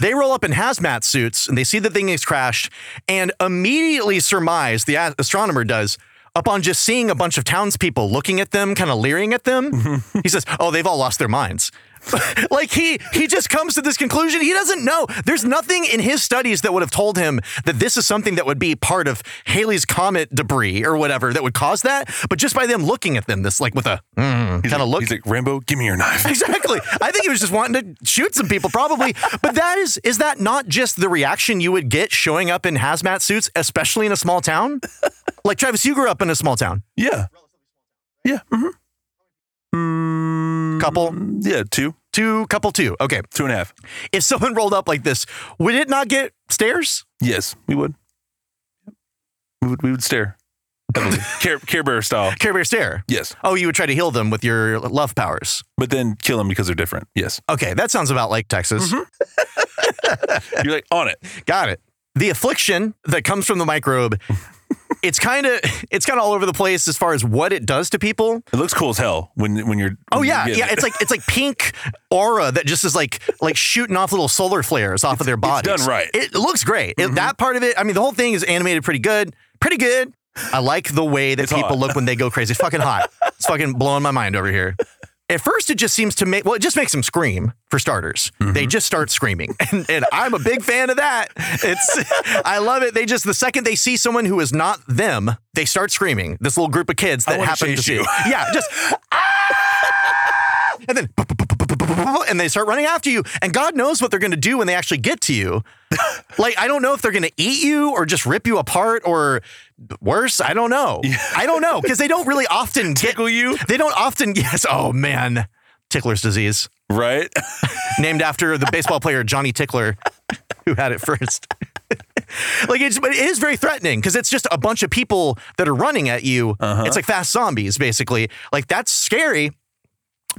Speaker 2: they roll up in hazmat suits and they see the thing is crashed and immediately surmise, the a- astronomer does, upon just seeing a bunch of townspeople looking at them, kind of leering at them. he says, Oh, they've all lost their minds. like he he just comes to this conclusion he doesn't know there's nothing in his studies that would have told him that this is something that would be part of Haley's comet debris or whatever that would cause that but just by them looking at them this like with a mm, kind of look
Speaker 1: He's like, Rambo, give me your knife.
Speaker 2: exactly i think he was just wanting to shoot some people probably but that is is that not just the reaction you would get showing up in hazmat suits especially in a small town like Travis you grew up in a small town
Speaker 1: Yeah. Yeah. hmm
Speaker 2: couple
Speaker 1: Yeah. Two.
Speaker 2: two couple two okay
Speaker 1: Two and a half.
Speaker 2: if someone rolled up like this would it not get stares
Speaker 1: Yes, we would. We would, we would stare. Heavily. Care, Care Bear style.
Speaker 2: Care Bear stare.
Speaker 1: Yes.
Speaker 2: Oh, you would try to heal them with your love powers.
Speaker 1: But then kill them because they're different. Yes.
Speaker 2: Okay, that sounds about like Texas.
Speaker 1: You're like, on it.
Speaker 2: Got it. The affliction that comes from the microbe. It's kind of it's kind of all over the place as far as what it does to people.
Speaker 1: It looks cool as hell when when you're.
Speaker 2: Oh
Speaker 1: when you
Speaker 2: yeah,
Speaker 1: get
Speaker 2: yeah.
Speaker 1: it.
Speaker 2: It's like it's like pink aura that just is like like shooting off little solar flares off of their bodies.
Speaker 1: done right. Mm-hmm.
Speaker 2: It looks great. It- that part of it. I mean, the whole thing is animated pretty good. Pretty good. I like the way that
Speaker 1: It's
Speaker 2: people
Speaker 1: hot.
Speaker 2: look when they go crazy. It's fucking hot. It's fucking blowing my mind over here. At first, it just seems to make well, it just makes them scream for starters.
Speaker 1: Mm-hmm.
Speaker 2: They just start screaming, and, and I'm a big fan of that. It's I love it. They just the second they see someone who is not them, they start screaming. This little group of kids that
Speaker 1: wanna
Speaker 2: happen to
Speaker 1: chase
Speaker 2: see,
Speaker 1: you.
Speaker 2: yeah, just ah! and then and they start running after you and god knows what they're going to do when they actually get to you like i don't know if they're going to eat you or just rip you apart or worse i don't know i don't know because they don't really often get-
Speaker 1: Tickle you?
Speaker 2: they don't often yes oh man tickler's disease
Speaker 1: right.
Speaker 2: named after the baseball player johnny tickler who had it first like it's but it is very threatening because it's just a bunch of people that are running at you it's like fast zombies basically like that's scary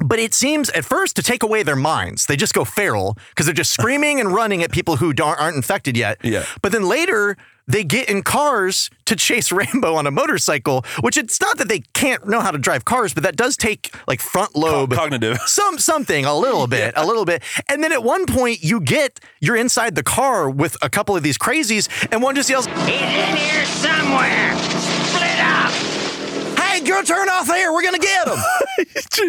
Speaker 2: But it seems at first to take away their minds. They just go feral because they're just screaming and running at people who dar- aren't infected yet.
Speaker 1: Yeah.
Speaker 2: But then later, they get in cars to chase Rambo on a motorcycle, which it's not that they can't know how to drive cars, but that does take like front lobe
Speaker 1: Oh, cognitive.
Speaker 2: some something a little bit a little bit and then at one point you get you're inside the car with a couple of these crazies and one just yells
Speaker 4: He's in here somewhere. Split up.
Speaker 2: hey girl turn off there we're gonna get him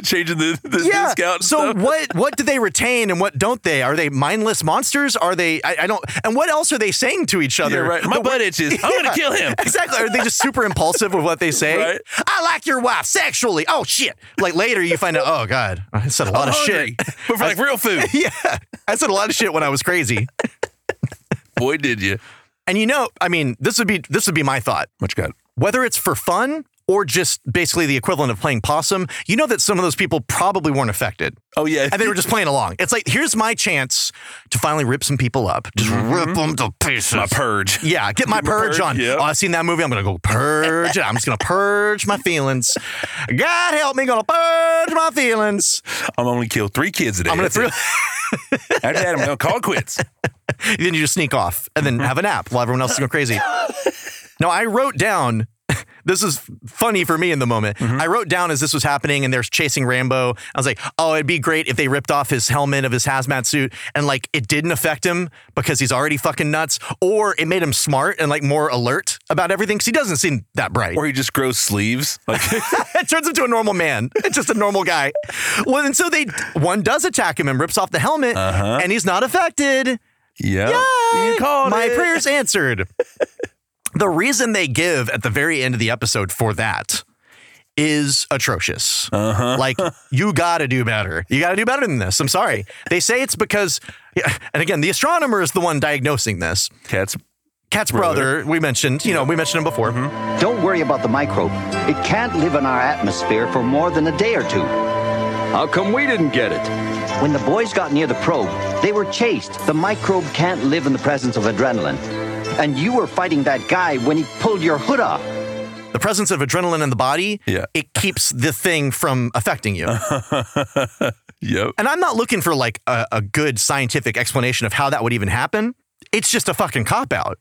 Speaker 1: Changing the, the
Speaker 2: yeah
Speaker 1: discount.
Speaker 2: so
Speaker 1: stuff.
Speaker 2: what what do they retain and what don't they are they mindless monsters are they I, I don't and what else are they saying to each other
Speaker 1: Yeah, right. My
Speaker 2: The-
Speaker 1: butt itches. I'm gonna kill him.
Speaker 2: exactly are they just super impulsive with what they say
Speaker 1: Right.
Speaker 2: i like your wife sexually oh shit like later you find out oh god i said a lot
Speaker 1: I'm
Speaker 2: of
Speaker 1: hungry,
Speaker 2: shit
Speaker 1: But for like real food.
Speaker 2: yeah i said a lot of shit when i was crazy
Speaker 1: Boy, did you.
Speaker 2: And you know, I mean, this would be this would be my thought.
Speaker 1: What you got?
Speaker 2: Whether it's for fun or just basically the equivalent of playing possum, you know that some of those people probably weren't affected.
Speaker 1: Oh, yeah.
Speaker 2: And they were just playing along. It's like, here's my chance to finally rip some people up. Just rip them to pieces.
Speaker 1: Mm-hmm. My purge.
Speaker 2: yeah, get my purge,
Speaker 1: purge,
Speaker 2: on.
Speaker 1: yeah.
Speaker 2: Oh, I've seen that movie. I'm going to go purge it. I'm just going to purge my feelings. God help me, going to purge my feelings.
Speaker 1: I'm only kill three kids today.
Speaker 2: I'm going to
Speaker 1: That's it.
Speaker 2: throw.
Speaker 1: After that, I'm gonna call it quits.
Speaker 2: then you just sneak off and then have a nap while everyone else is going crazy. now, I wrote down. This is funny for me in the moment. I wrote down as this was happening and they're chasing Rambo. I was like, oh, it'd be great if they ripped off his helmet of his hazmat suit and like it didn't affect him because he's already fucking nuts, or it made him smart and like more alert about everything because he doesn't seem that bright.
Speaker 1: Or he just grows sleeves. Like
Speaker 2: it turns into a normal man. It's just a normal guy. Well, and so they one does attack him and rips off the helmet and he's not affected.
Speaker 1: Yeah. You
Speaker 2: Yay!
Speaker 1: called
Speaker 2: My
Speaker 1: it.
Speaker 2: prayers answered. the reason they give at the very end of the episode for that is atrocious. Uh-huh. Like, you gotta do better. You gotta do better than this. I'm sorry. They say it's because, yeah, and again, the astronomer is the one diagnosing this.
Speaker 1: Cats.
Speaker 2: Cat's brother, we mentioned, you know, we mentioned him before.
Speaker 1: Mm-hmm.
Speaker 7: Don't worry about the microbe. It can't live in our atmosphere for more than a day or two.
Speaker 6: How come we didn't get it?
Speaker 7: When the boys got near the probe, they were chased. The microbe can't live in the presence of adrenaline. And you were fighting that guy when he pulled your hood off.
Speaker 2: The presence of adrenaline in the body,
Speaker 1: Yeah.
Speaker 2: it keeps the thing from affecting you.
Speaker 1: Yep.
Speaker 2: And I'm not looking for like a, a good scientific explanation of how that would even happen. It's just a fucking cop out.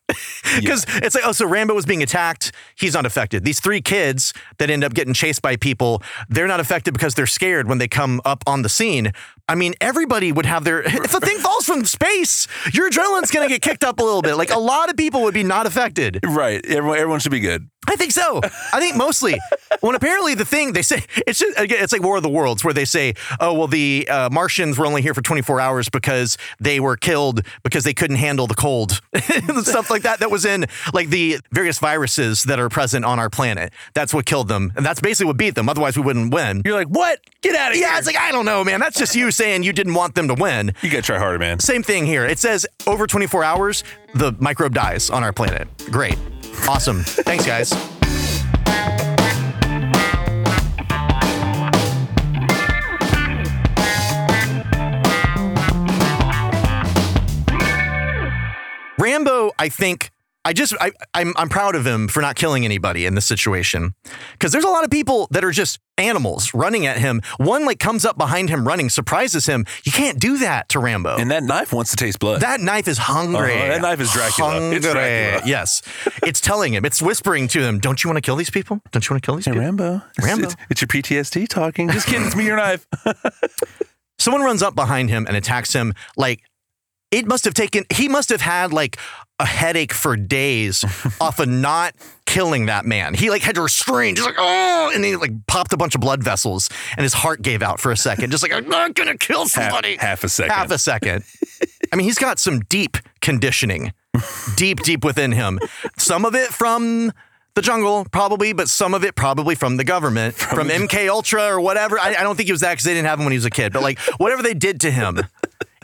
Speaker 2: Because it's like, oh, so Rambo was being attacked. He's not affected. These three kids that end up getting chased by people, they're not affected because they're scared when they come up on the scene. I mean, everybody would have their. If a thing falls from space, your adrenaline's going to get kicked up a little bit. Like a lot of people would be not affected.
Speaker 1: Right. Everyone, everyone should be good.
Speaker 2: I think so. I think mostly. when apparently the thing they say it's just, again, it's like War of the Worlds where they say, oh well, the uh, Martians were only here for 24 hours because they were killed because they couldn't handle the cold and stuff like that. That was in like the various viruses that are present on our planet. That's what killed them, and that's basically what beat them. Otherwise, we wouldn't win.
Speaker 1: You're like, what? Get out of
Speaker 2: yeah,
Speaker 1: here.
Speaker 2: it's like I don't know, man. That's just you saying you didn't want them to win.
Speaker 1: you gotta try harder, man.
Speaker 2: Same thing here. It says over 24 hours, the microbe dies on our planet. Great. Awesome. Thanks, guys. Rambo, I think. I just I I'm I'm proud of him for not killing anybody in this situation. Cuz there's a lot of people that are just animals running at him. One like comes up behind him running, surprises him. You can't do that to Rambo.
Speaker 1: And that knife wants to taste blood.
Speaker 2: That knife is hungry.
Speaker 1: Uh-huh, that knife is Dracula.
Speaker 2: Hungry.
Speaker 1: It's Dracula.
Speaker 2: Yes. It's telling him. It's whispering to him, don't you want to kill these people? Don't you want to kill these
Speaker 1: Hey,
Speaker 2: people?
Speaker 1: Rambo. It's-
Speaker 2: Rambo.
Speaker 1: It's, it's your PTSD talking. Just kidding. It's me, your knife.
Speaker 2: Someone runs up behind him and attacks him. Like, it must have taken, he must have had like a headache for days off of not killing that man. He like had to restrain, just like, oh, and he like popped a bunch of blood vessels and his heart gave out for a second. Just like, I'm not going to kill
Speaker 1: Half,
Speaker 2: somebody.
Speaker 1: half a second.
Speaker 2: half a second. I mean, he's got some deep conditioning, deep, deep within him. Some of it from the jungle, probably, but some of it probably from the government, from, MK Ultra or whatever. I, I don't think it was that because they didn't have him when he was a kid, but like whatever they did to him.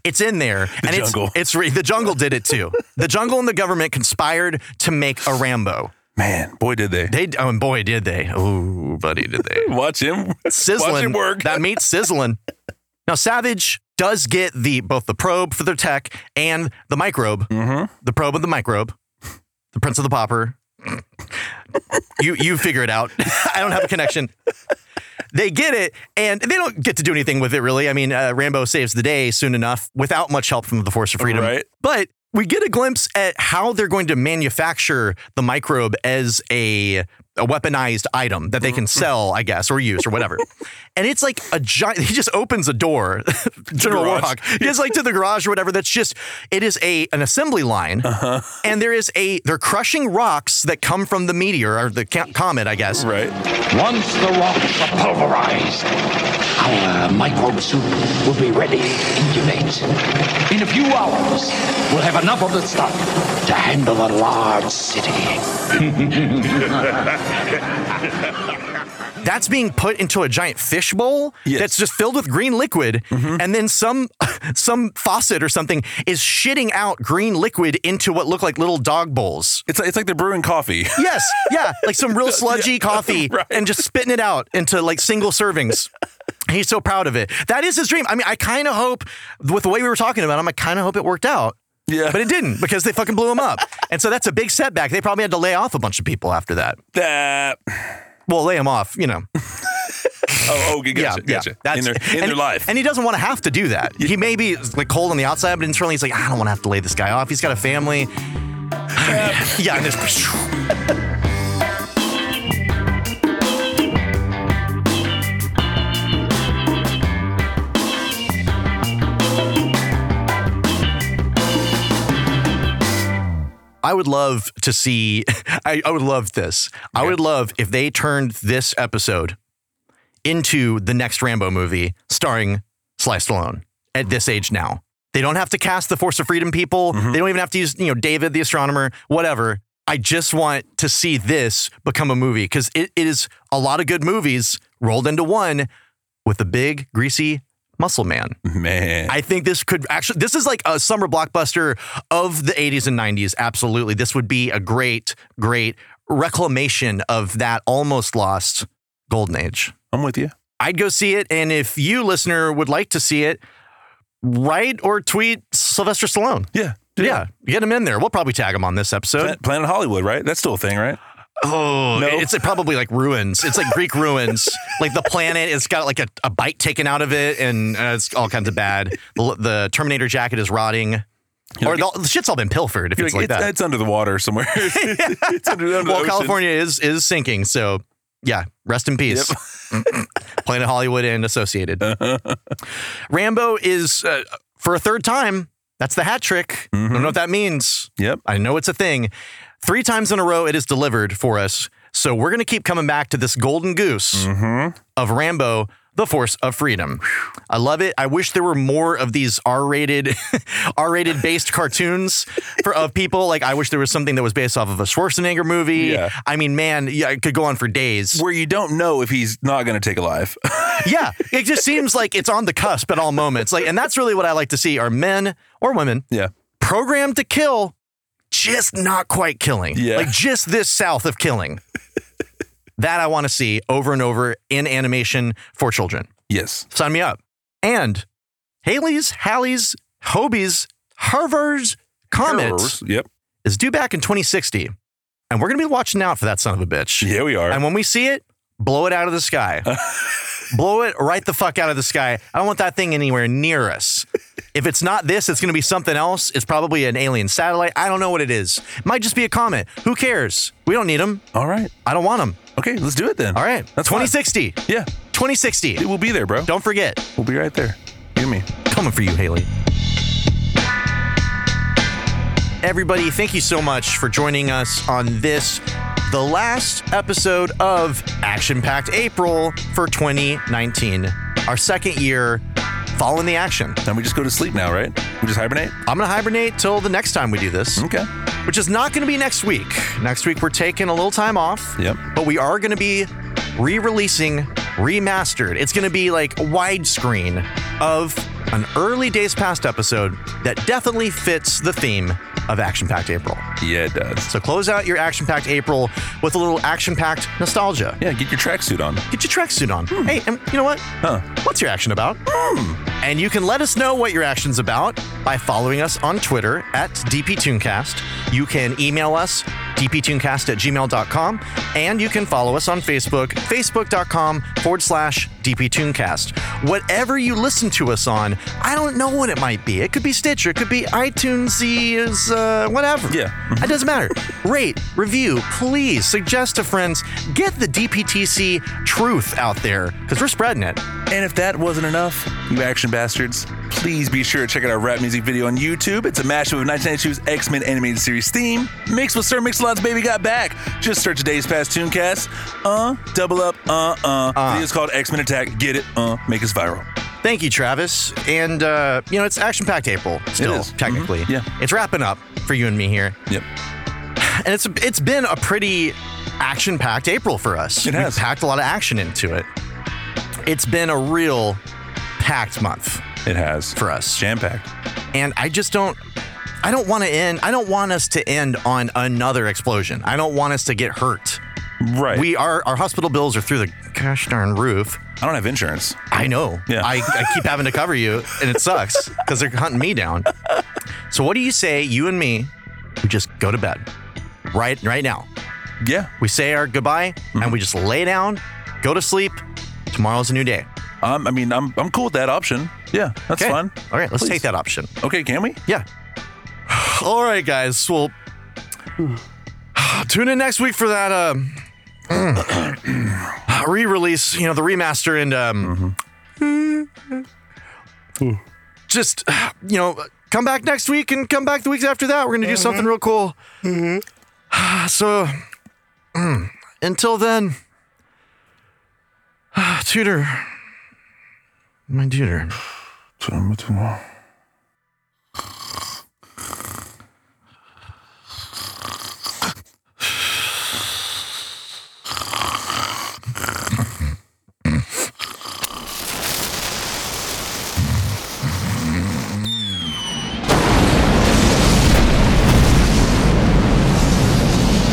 Speaker 2: It's in there, and
Speaker 1: jungle.
Speaker 2: it's it's re- the jungle did it too. The jungle and the government conspired to make a Rambo.
Speaker 1: man, boy, did they.
Speaker 2: They oh, and boy did they! Oh, buddy, did they!
Speaker 1: Watch him.
Speaker 2: sizzling.
Speaker 1: Watch him work.
Speaker 2: That meat's sizzling. Now, Savage does get the both the probe for their tech and the microbe, the probe and the microbe, the Prince of the Popper. you you figure it out. I don't have a connection. They get it, and they don't get to do anything with it, really. I mean, uh, Rambo saves the day soon enough without much help from the Force of Freedom.
Speaker 1: Right.
Speaker 2: But we get a glimpse at how they're going to manufacture the microbe as a, a weaponized item that they
Speaker 1: Mm-hmm.
Speaker 2: can sell, I guess, or use or whatever. and it's like a giant, he just opens a door, General
Speaker 1: Garage.
Speaker 2: Warhawk, he goes like to the garage or whatever. That's just, it is a an assembly line.
Speaker 1: Uh-huh.
Speaker 2: And there is a, they're crushing rocks that come from the meteor or the ca- comet, I guess.
Speaker 1: Right.
Speaker 8: Once the rocks are pulverized, our microbe soup will be ready to incubate. In a few hours, we'll have enough of the stuff to handle a large city.
Speaker 2: that's being put into a giant fish bowl
Speaker 1: Yes. Mm-hmm.
Speaker 2: that's just filled with green liquid and then some some faucet or something is shitting out green liquid into what look like little dog bowls
Speaker 1: It's like, it's like they're brewing coffee.
Speaker 2: yes yeah like some real sludgy coffee
Speaker 1: Right.
Speaker 2: and just spitting it out into like single servings he's so proud of it that is his dream i mean i kind of hope with the way we were talking about him i kind of hope it worked out
Speaker 1: Yeah.
Speaker 2: but it didn't because they fucking blew him up and so that's a big setback they probably had to lay off a bunch of people after that
Speaker 1: that.
Speaker 2: well lay him off you know
Speaker 1: Oh, okay, gotcha, gotcha. in their, in
Speaker 2: and,
Speaker 1: their life.
Speaker 2: And he doesn't want to have to do that. He may be like cold on the outside, but internally he's like, I don't want to have to lay this guy off. He's got a family. yeah, and it's I would love to see. I, I would love this. I would love if they turned this episode into the next Rambo movie starring Sly Stallone at this age now. They don't have to cast the Force of Freedom people. They don't even have to use, you know, David the astronomer, whatever. I just want to see this become a movie because it, it is a lot of good movies rolled into one with a big, greasy muscle man.
Speaker 1: Mm-hmm. Man.
Speaker 2: I think this could actually, this is like a summer blockbuster of the 80s and 90s. Absolutely. This would be a great, great reclamation of that almost lost golden age.
Speaker 1: I'm with you.
Speaker 2: I'd go see it. And if you, listener, would like to see it, write or tweet Sylvester Stallone.
Speaker 1: Yeah.
Speaker 2: Yeah. get him in there. We'll probably tag him on this episode.
Speaker 1: Plan- Planet Hollywood, right? That's still a thing, right?
Speaker 2: Oh,
Speaker 1: No.
Speaker 2: it's probably like ruins. It's like Greek ruins. Like the planet, it's got like a, a bite taken out of it, and uh, it's all kinds of bad. The, the Terminator jacket is rotting, or the, the shit's all been pilfered. If it's like
Speaker 1: it's,
Speaker 2: that,
Speaker 1: it's under the water somewhere. it's under, under the
Speaker 2: well,
Speaker 1: ocean.
Speaker 2: California is is sinking, so yeah, rest in peace. Planet Hollywood and Associated. Rambo is uh, for a third time. That's the hat trick. I
Speaker 1: Mm-hmm.
Speaker 2: don't know what that means.
Speaker 1: Yep.
Speaker 2: I know it's a thing. Three times in a row, it is delivered for us. So we're going to keep coming back to this golden goose of Rambo, the Force of Freedom. I love it. I wish there were more of these R-rated, R-rated based cartoons for of people. Like I wish there was something that was based off of a Schwarzenegger movie.
Speaker 1: Yeah.
Speaker 2: I mean, man, yeah, it could go on for days.
Speaker 1: Where you don't know if he's not going to take alive.
Speaker 2: yeah, it just seems like it's on the cusp at all moments. Like, and that's really what I like to see: are men or women
Speaker 1: yeah.
Speaker 2: programmed to kill, just not quite killing.
Speaker 1: Yeah.
Speaker 2: Like just this south of killing. that I want to see over and over in animation for children.
Speaker 1: Yes.
Speaker 2: Sign me up. And Haley's, Halley's, Hobie's, Harvard's Comets
Speaker 1: Errors. Yep.
Speaker 2: is due back in 2060. And we're going to be watching out for that son of a bitch.
Speaker 1: Yeah, we are.
Speaker 2: And when we see it, blow it out of the sky. blow it right the fuck out of the sky. I don't want that thing anywhere near us. If it's not this, it's going to be something else. It's probably an alien satellite. I don't know what it is. It might just be a comet. Who cares? We don't need them.
Speaker 1: All right.
Speaker 2: I don't want them.
Speaker 1: Okay, let's do it then.
Speaker 2: All right.
Speaker 1: That's fine.
Speaker 2: 2060.
Speaker 1: Yeah.
Speaker 2: 2060.
Speaker 1: We'll be there, bro.
Speaker 2: Don't forget.
Speaker 1: We'll be right there. You and me.
Speaker 2: Coming for you, Haley. Everybody, thank you so much for joining us on this, the last episode of Action Packed April for 2019, our second year following the action.
Speaker 1: Then we just go to sleep now, right? We just hibernate?
Speaker 2: I'm going to hibernate till the next time we do this
Speaker 1: Okay.
Speaker 2: which is not going to be next week. Next week, we're taking a little time off.
Speaker 1: Yep.
Speaker 2: But we are going to be re releasing, remastered. It's going to be like widescreen of an early Days Past episode that definitely fits the theme of Action Packed April.
Speaker 1: Yeah, it does.
Speaker 2: So close out your action packed April with a little action packed nostalgia.
Speaker 1: Yeah, get your tracksuit on.
Speaker 2: Get your tracksuit on. Hey, and you know what?
Speaker 1: Huh.
Speaker 2: What's your action about? Hmm. And you can let us know what your action's about by following us on Twitter at DPTuneCast. You can email us, dptunecast at gmail.com, and you can follow us on Facebook, facebook.com forward slash DPTuneCast. Whatever you listen to us on, I don't know what it might be. It could be Stitcher, it could be iTunes, is uh, whatever.
Speaker 1: Yeah.
Speaker 2: It doesn't matter. Rate, review, please suggest to friends. Get the DPTC truth out there because we're spreading it.
Speaker 1: And if that wasn't enough, you action bastards, please be sure to check out our rap music video on YouTube. It's a mashup of 1992's X Men animated series theme, mixed with Sir Mix-a-Lot's Baby Got Back. Just search today's past Tooncast. Uh, double up, uh, uh. uh. Video's called X Men Attack. Get it, uh, make us viral.
Speaker 2: Thank you, Travis. And, uh, you know, it's action packed April still,
Speaker 1: is. Mhm.
Speaker 2: technically.
Speaker 1: Yeah.
Speaker 2: It's wrapping up for you and me here.
Speaker 1: Yep.
Speaker 2: And it's it's been a pretty action packed April for us.
Speaker 1: It has.
Speaker 2: We've packed a lot of action into it. It's been a real packed month
Speaker 1: It has.
Speaker 2: for us.
Speaker 1: Jam packed.
Speaker 2: and I just don't. I don't want to end. I don't want us to end on another explosion. I don't want us to get hurt.
Speaker 1: Right.
Speaker 2: We are our hospital bills are through the gosh darn roof.
Speaker 1: I don't have insurance.
Speaker 2: I know.
Speaker 1: Yeah.
Speaker 2: I, I keep having to cover you, and it sucks because they're hunting me down. So what do you say, you and me, we just go to bed right right now?
Speaker 1: Yeah.
Speaker 2: We say our goodbye,
Speaker 1: Mm-hmm.
Speaker 2: and we just lay down, go to sleep. Tomorrow's a new day.
Speaker 1: Um, I mean, I'm, I'm cool with that option. Yeah, that's
Speaker 2: Okay?
Speaker 1: fun.
Speaker 2: All right, let's
Speaker 1: Please.
Speaker 2: take that option.
Speaker 1: Okay, can we?
Speaker 2: Yeah. All right, guys. Well, tune in next week for that um, re-release. You know, the remaster and um, just you know, come back next week and come back the weeks after that. We're gonna do something real cool. So, mm, until then, tutor, my tutor.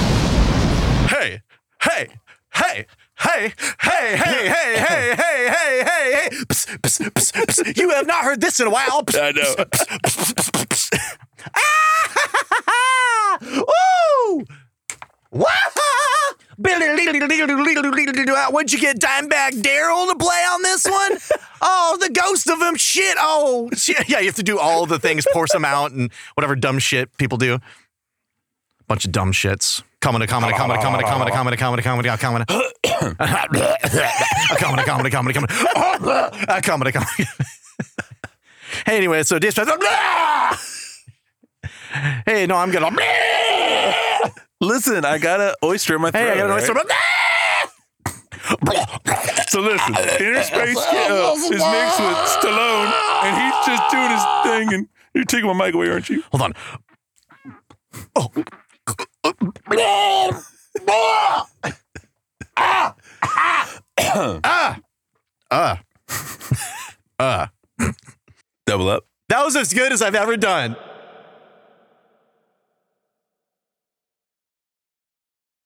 Speaker 2: hey, hey, hey, hey, hey, hey, hey, hey, hey, hey, hey, hey. Psst, psst, psst, psst. You have not heard this in a while. Psst,
Speaker 1: I know.
Speaker 2: psst, psst, psst, psst, psst. Ah! Woo! Wah! What'd you get Dimebag Daryl to play on this one? Oh, the ghost of him. Shit. Oh, shit. Yeah, you have to do all the things, pour some out, and whatever dumb shit people do bunch of dumb shits. Comedy, comedy, comedy, comedy, comedy, comedy, comedy, comedy, comedy, comedy, comedy, comedy, comedy, Uh, comedy, comedy. Hey, anyway, so dispatch. Hey, no, I'm gonna. Hey,
Speaker 1: Listen, I got an oyster in my throat.
Speaker 2: I got an
Speaker 1: right?
Speaker 2: oyster.
Speaker 1: So listen, Interspace uh, is mixed with Stallone, and he's just doing his thing, and you're taking my mic away, aren't you?
Speaker 2: Hold on.
Speaker 1: Double up.
Speaker 2: That was as good as I've ever done.